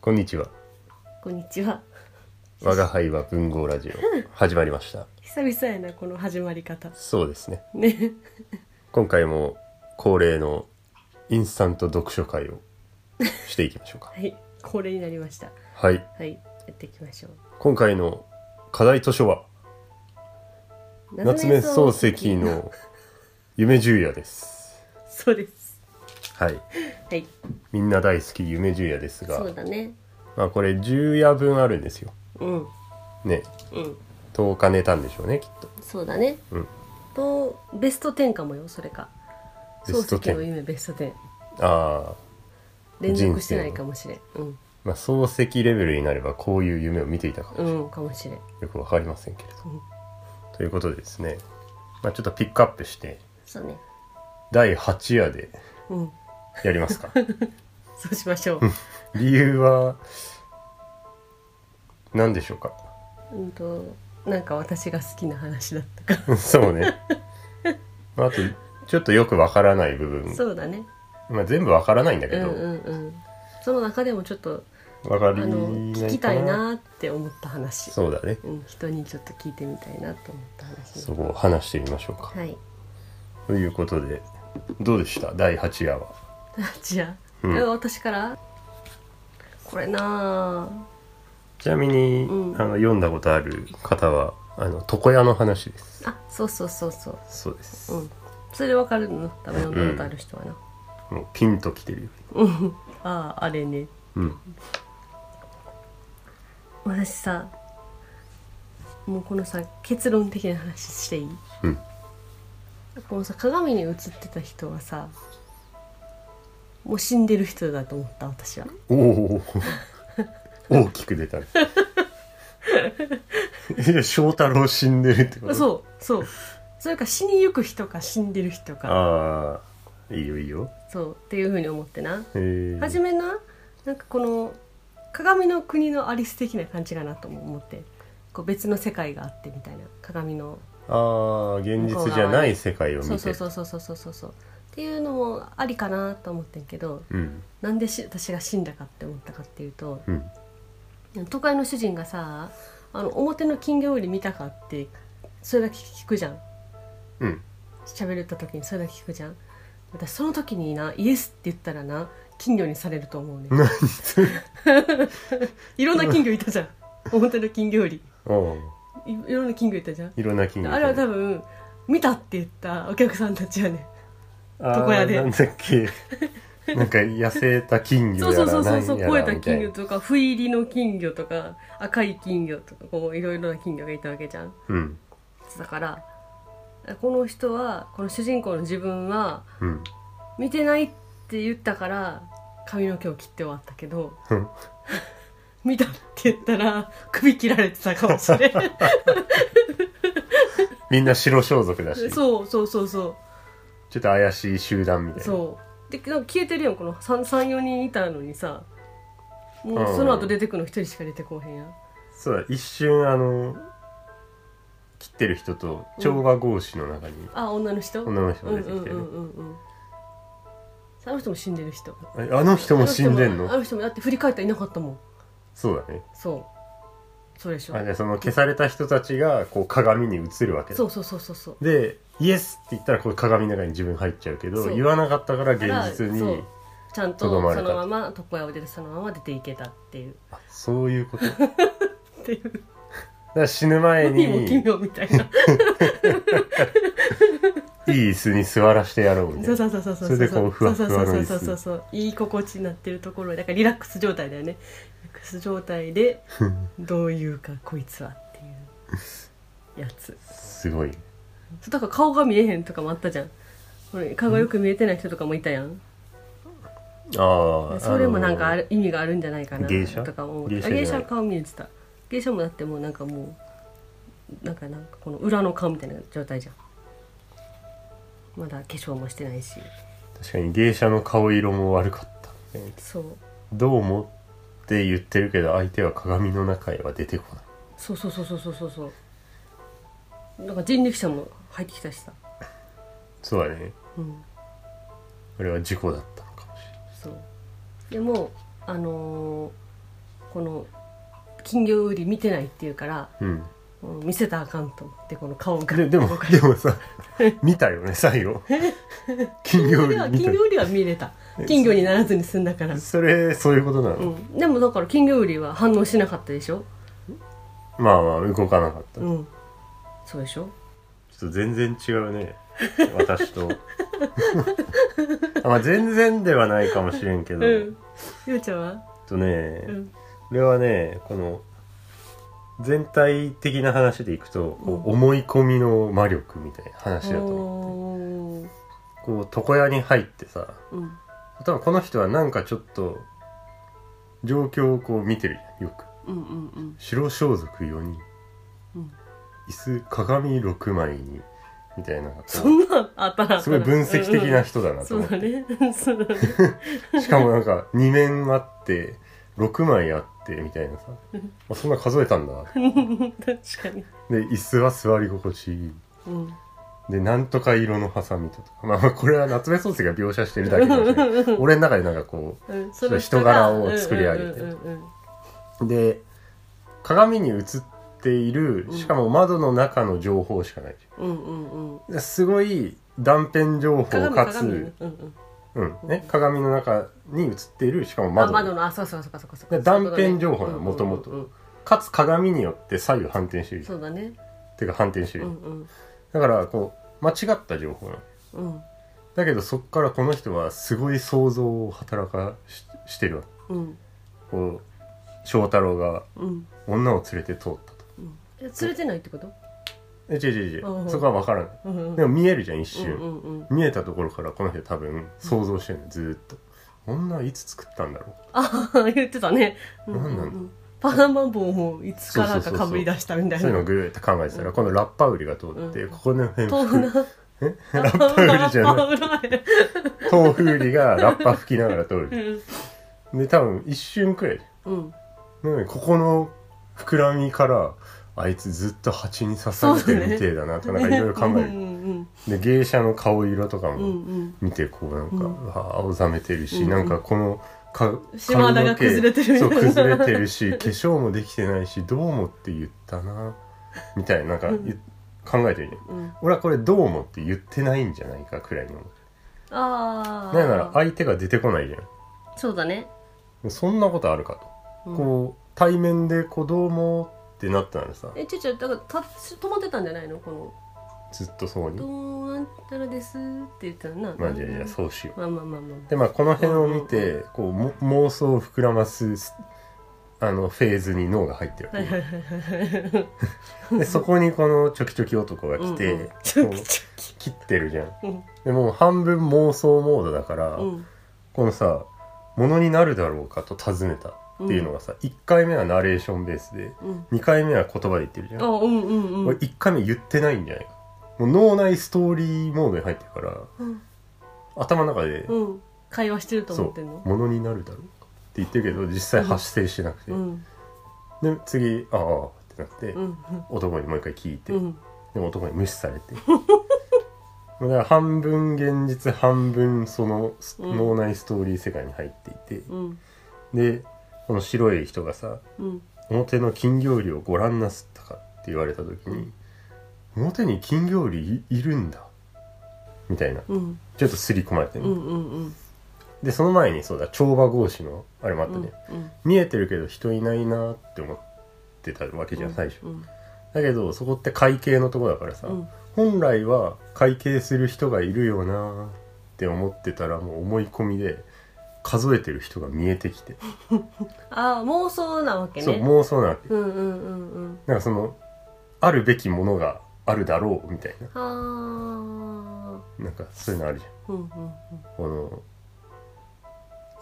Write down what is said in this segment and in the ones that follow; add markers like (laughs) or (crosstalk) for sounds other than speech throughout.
こんにちはこんにちは。我が輩は文豪ラジオ始まりました久々やな、この始まり方。そうですねね。今回も恒例のインスタント読書会をしていきましょうかはい。恒例になりました。はいはい。やっていきましょう。今回の課題図書は夏目漱石。の夢十夜ですそうです。はいはい。みんな大好き夢十夜ですがそうだね。まあこれ10夜分あるんですようん。ねうん。 10日寝たんでしょうねきっとそうだね。うんと、ベスト10かもよ、それか。ベスト漱石の10夢ベスト10。ああ連続してないかもしれん。うん。まあ漱石レベルになればこういう夢を見ていたかうん、かもしれん。よくわかりませんけれどうんということでですね、まあ、ちょっとピックアップしてそうね。第8夜でうん。やり (laughs) ますかそうしましょう。理由は何でしょうか (laughs) うんと、なんか私が好きな話だったかそうね。まあ、あと、ちょっとよくわからない部ら。分。そうだね。まあ、全部わからないんだうけんど、うんうん。その中でもちょっとわかありないの聞きたかいなーって思った話う、そうだね。ん、人にちょっと聞いてみたいなと思った話そこを話してみましょうか。はい (laughs) ということで、どうでした第8夜は。じゃあ、うんえ私からこれなちなみに、うんあの読んだことある方は、あの床屋の話です。ああそうそうそうそうそうです。うんそれで分かるの多分読んだことある人はな、もうピンときてるよ。あああれねうん。私さもうこのさ結論的な話していいうん。このさ鏡に映ってた人はさもう死んでる人だと思った私はおお (laughs) ー大きく出たねえ翔太郎死んでるってことそうそうそれか死にゆく人か死んでる人かああいいよいいよそうっていうふうに思ってなへー初めななんかこの鏡の国のアリス的な感じかなとも思ってこう別の世界があってみたいな鏡のああ現実じゃない世界を見そてうそうそうそうそうそうそうそうっていうのもありかなと思ってんけどうんなんでし私が死んだかって思ったかっていうとうん都会の主人がさあの表の金魚売り見たかってそれだけ聞くじゃんうん喋った時にそれだけ聞くじゃん私その時になイエスって言ったらな金魚にされると思うね何それいろんな金魚いたじゃん表の金魚よりおういいろんな金魚いたじゃんいろんな金魚あれは多分見たって言ったお客さんたちはねあー床屋でなんだっけ (laughs) なんか痩せた金そ魚うそやうそらうなそうんそうや超えらたみた金魚いなとか不入りの金魚とか赤い金魚とかこういろいろな金魚がいたわけじゃんうんだからこの人はこの主人公の自分はうん (laughs) 見てないって言ったから髪の毛を切って終わったけどうん見たって言ったら首切られてたかもし (laughs) れんみんな白装束だしちょそうそうそうそうっと怪しい集団みたいなそうでなんか消えてるやんこの34人いたのにさもうんうその後出てくの一人しか出てこうへんやんそうだ一瞬あの切ってる人と調和合詞の中に、あ女の人女の人うんがう出んてうんきてうね、んうんあの人も死んでる人ああの人も死んでんあのの人もだって振り返ったらいなかったもんそうだねそうそうでしょあじゃあその消された人たちがこう鏡に映るわけだそうそうそうそうそうでイエスって言ったらこう鏡の中に自分入っちゃうけどそう言わなかったから現実だからにそうちゃんととどまれそたのまま床屋を出てそのまま出ていけたっていうあそういうこと (laughs) だかっていうら死ぬ前に何も奇い妙みた (laughs) いない椅子に座らせてやろうみたそいうなそうそうそそうれでこうふわふわの椅子そうそうそうそうそういい心地になってるところだからリラックス状態だよねリラックス状 (laughs) 態でどういうかこいつはっていうやつすごいそうだから顔が見えへんとかもあったじゃんこれ顔がよく見えてない人とかもいたやんああそれもなんかあれる意味があるんじゃないかな芸者とか思う芸者じゃあない芸者は顔見えてた芸者もだってもうなんかもうなんかなんかこの裏の顔みたいな状態じゃんまだ化粧もしてないし確かに芸者の顔色も悪かった、ねそうどうもって言ってるけど相手は鏡の中へは出てこないそうそうそうそうそうそうそうなんか人力車も入ってきたしさそうだねうんこれは事故だったのかもしれないそうでもあのーこの金魚売り見てないっていうから、うんうん見せたらあかんと思ってこの顔がででも動かでれもさ見たよね最 (laughs) 後金魚金魚売売りはり見金た魚売りは見れた金魚にならずに済んだから、それそういうことなの、うん、でもだから金魚売りは反応しなかったでしょまあまあ動かなかった、ちょうんそうでしょっと全然違うね私と (laughs) あまあ全然ではないかもしれんけど、うんゆうちゃんはとね、うんこれはねこの全体的な話でいくと、こう思い込みの魔力みたいな話だと思うおーこう床屋に入ってさうん多分この人はなんかちょっと状況をこう見てるよよくうんうんうん白装束4人うん椅子鏡6枚にみたいなこうそんなんあったらすごい分析的な人だなとそう思っだて、ねそうだねしかもなんか2面あって6枚あってみたいなさあそんな数えたんだ確かにで椅子は座り心地いいうんでなんとか色のハサミとかまあまあこれは夏目漱石が描写してるだけかもし (laughs) れない俺の中でなんかこう (laughs) んその人柄を作り上げてうんうんうんうで鏡に映っているしかも窓の中の情報しかないうんうんうんうんですごい断片情報鏡かつ鏡ねうんうんうんね、鏡の中に映っているしかもあ窓窓のあそうそうそうそうそうそうで断片情報なの元々うんうんうんかつ鏡によって左右反転してるそうだねっていうか反転してうる、んうんだからこう間違った情報なのうんだけどそっからこの人はすごい想像を働かししてるわうんこう翔太郎がうん女を連れて通ったとうんえ連れてないってことえ違う違うう違んうそこは分からないうんうんでも見えるじゃん一うん瞬、うんうん見えたところからこの人多分想像してるのずーっと女はいつ作ったんだろああ言ってたねうなんなのうパーマ帽もいつからかかぶり出したみたういそういうのをなぐーって考えてたら、このラッパ売りが通って、うんここの辺豆腐なラッパ売りじゃないい豆腐売りがラッパ吹きながら通るで多分一瞬くらいうんなのにここの膨らみからあいつずっと蜂に刺されてるみてえだなとかなんかいろいろ考えうる、んうんで芸者の顔色とかうんうもん見てこうなんか、うんわあ青ざめてるし、うんなんかこのか島肌が崩れてる髪の毛そう崩れてるし化粧もできてないしどうもって言ったなみたいななんか、うんゆ考えてるじゃんうんうん俺はこれどうもって言ってないんじゃないかくらいのああなんなら相手が出てこないじゃんそうだねそんなことあるかと、うんこう対面で子供ってなったらさえちょちょだからた止まってたんじゃないのこのずっとそこ「にどうなったらです」って言ったらなまあじゃあじゃあそうしよまあまあまあまうあでまあこの辺を見うんてこうも妄想を膨らますあのフェーズに脳が入ってるわはいはいはいはいけでそこにこのチョキチョキ男が来て、うんうんこうチョキチョキ切ってるじゃんうんでもう半分妄想モードだから、うんこのさ「ものになるだろうか」と尋ねたっていうのがさ、1回目はナレーションベースでうん2回目は言葉で言ってるじゃんあうんうんう俺ん1回目言ってないんじゃないかもう脳内ストーリーモードに入ってるからうん頭の中で、うん会話してるとそ思っうてんのものになるだろうかって言ってるけど実際発生してなくて、うんで次ああってなって、うん男にもう一回聞いて、うんでも男に無視されてだから半分現実半分そのすうん脳内ストーリー世界に入っていて、うんでこの白い人がさうん表の金魚売りをご覧なすったかって言われた時に表に金魚売りいいるんだみたいなうんちょっと刷り込まれてうね、んうんうんでその前にそうだ帳場格子のあれもあったね、うん見えてるけど人いないなって思ってたわけじゃん最初、うんだけどそこって会計のとこだからさ、うん本来は会計する人がいるよなって思ってたらもう思い込みで数えてる人が見えてきて、ああ妄想なわけそうね妄想なわけ、うんうんうんうんなんかそのあるべきものがあるだろうみたいあーななんかそういうのあるじゃんうんうんこ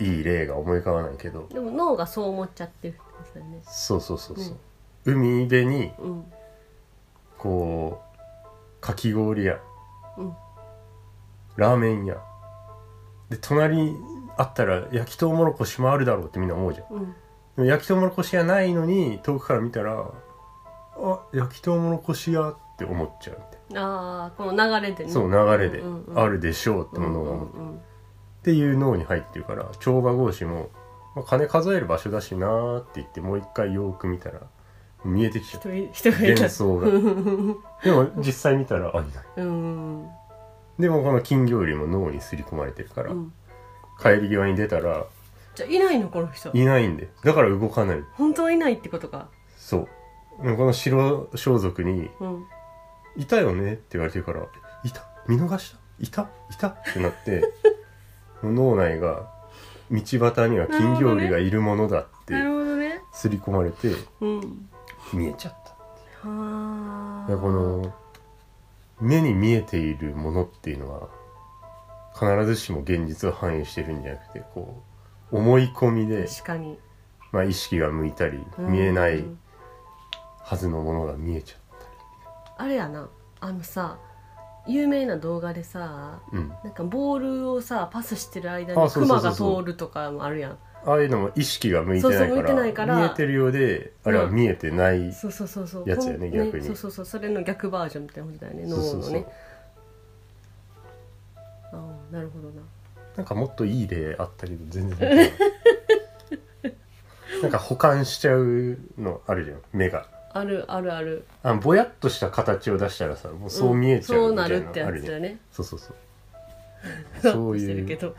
のいい例が思い浮かばないけどうんでも脳がそう思っちゃってるってことだよねそうそうそうそう、海辺にうんこうかき氷屋うんラーメン屋で隣にあったら焼きとうもろこしもあるだろうってみんな思うじゃんうんでも焼きとうもろこし屋ないのに遠くから見たらあ焼きとうもろこし屋って思っちゃうみたいああこの流れでなねそう流れでうんうんうんあるでしょうってものが思ううんっていう脳に入ってるから帳場格子もまあ、金数える場所だしなーって言ってもう一回よーく見たら見えてきちゃっ人たい人がいた幻想がでも実際見たらあいないうん、でもこの金魚よりも脳に刷り込まれてるから、うん、帰り際に出たらじゃあいないのこの人いないんでだから動かない本当はいないってことかそうでもこの白装束にうん「いたよね」って言われてるから「いた見逃したいたいた」ってなって (laughs) もう脳内が道端には金魚類がいるものだってなるほどね刷り込まれてうん見えちゃったはだからこの目に見えているものっていうのは必ずしも現実を反映してるんじゃなくてこう思い込みで、確かにまあ、意識が向いたり見えなういんはずのものが見えちゃあれやなあのさ有名な動画でさう、うん、なんかボールをさパスしてる間あにそクうそうマそがうそう通るとかもあるやんああいうのも意識が向いてないそうそうか向いてらないから見えてるようであれは見えてない、そうそうそうそうやつやねこん逆にそうそうそうそれの逆バージョンみたいなことだよね脳そうのそうそうねああなるほどななんかもっといい例あったけど全然出てこ (laughs) ないなんか保管しちゃうのあるじゃん目があるあるあるあぼやっとした形を出したらさもうそう見えちゃそううみたないなるのってあやるつだねねそうそう (laughs) そうふわっそういとう (laughs) してるけど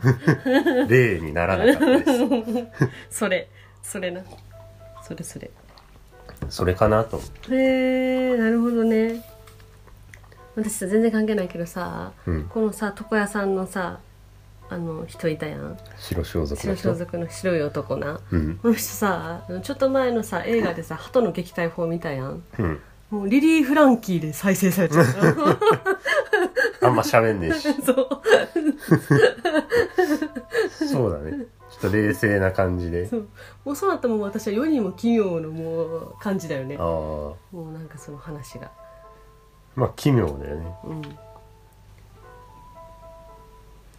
例にならなかったでそれそれなそれそれすそれかなと思へえなるほどね私さ全然関係ないけどさ、うんこのさ床屋さんのさあの人いたやんう白装束の人白装束の白い男なうんこの人さちょっと前のさ映画でさ鳩の撃退法見たやんうんもうリリー・フランキーで再生されちゃった (laughs) あんま喋んねえしそうそうだねちょっと冷静な感じでそうもうそうなったらもう私は世にも奇妙のもう感じだよねああもうなんかその話がまあ奇妙だよねうん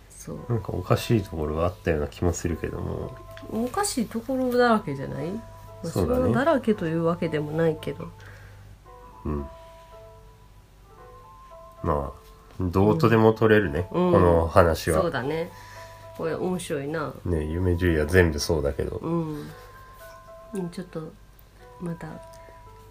そうなんかおかしいところがあったような気もするけどもおかしいところだらけじゃない、まあ、そそうだねのだらけというわけでもないけどうんまあどうとでも取れるね、うんこの話そうはだねこれ面白いなね夢十夜は全部そうだけどうんうんちょっとまた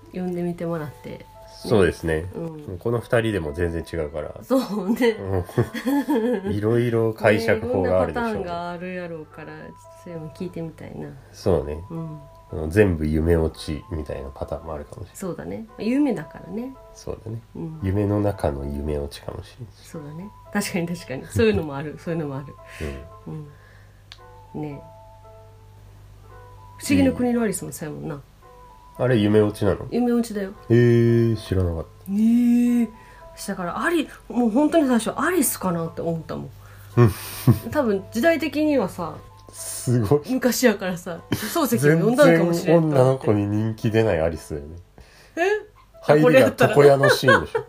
読んでみてもらってそうですね、うこの2人でも全然違うからそうねうんいろいろ解釈法があるでしねいょろうんなパターンがあるやろうからちょっとそれも聞いてみたいなそうねうんあの全部夢落ちみたいなパターンもあるかもしれないそうだね夢だからねそうだねうん夢の中の夢落ちかもしそうだね確かに確かにそういうの (laughs) もあるそういうのもあるれない、うんうんねえ不思議の国のアリスもそうやもんなあれ夢落ちなの夢落ちだよえー、知らなかっええだからアリもう本当に最初アリスかなって思ったもん多分時代的にはさたすごい昔やからさ漱石を全呼然んだんかもしれんと女思のって子に人気出ないアリスだよねえ入りが床屋のシーンでしょ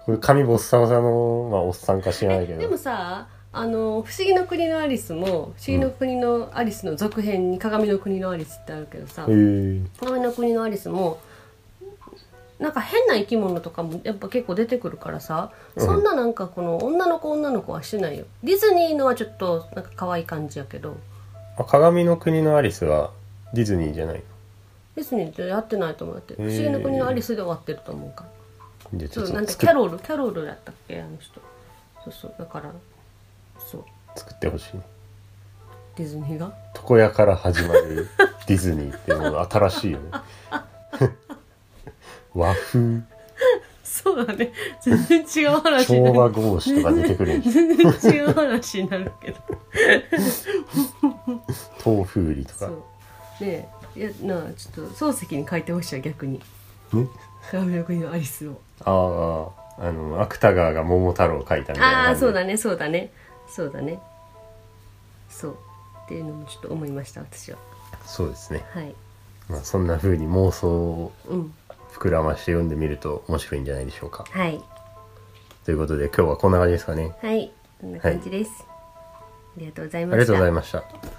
(laughs) これ髪ボッサボサの、まあ、おっさんか知らないけでもどさあの「不思議の国のアリス」も「不思議の国のアリス」の続編に「鏡の国のアリス」ってあるけどさえー、鏡の国のアリスもなんか変な生き物とかもやっぱ結構出てくるからさうんそんななんかこの女の子女の子はしてないよディズニーのはちょっとなんか可愛い感じやけどあ鏡の国のアリスはディズニーじゃないディズニーってやってないと思うって「不へー思議の国のアリス」で終わってると思うかのらじゃあちそょっうなんとだ作キっャロルキャロルやったっけあの人そうそうだからそう作ってほしいねディズニーが (laughs) 床屋から始まるディズニーってもう新しいよ (laughs) ね和風そうだね全然違う話にな昭る和豪子とか出てくるんでしょ全然違う話になる (laughs) けど (laughs) 豆腐売りとかそうねえいやなあちょっと漱石に書いてほしいわ逆にね「鏡の国のアリスを」あああの芥川が桃太郎を描いたみたいなああ感ーじそうだねそうだねそうだねそうっていうのもちょっと思いました私はそうですね、はいまあ、そんな風に妄想をうん膨らまして読んでみると面白いんじゃないでしょうかはいということで今日はこんな感じですかねはいこんな感じです、ありがとうございあまりがしとうたございました